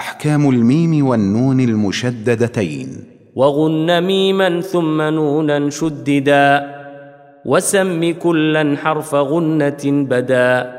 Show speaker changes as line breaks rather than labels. احكام الميم والنون المشددتين
وغن ميما ثم نونا شددا وسم كلا حرف غنة بدا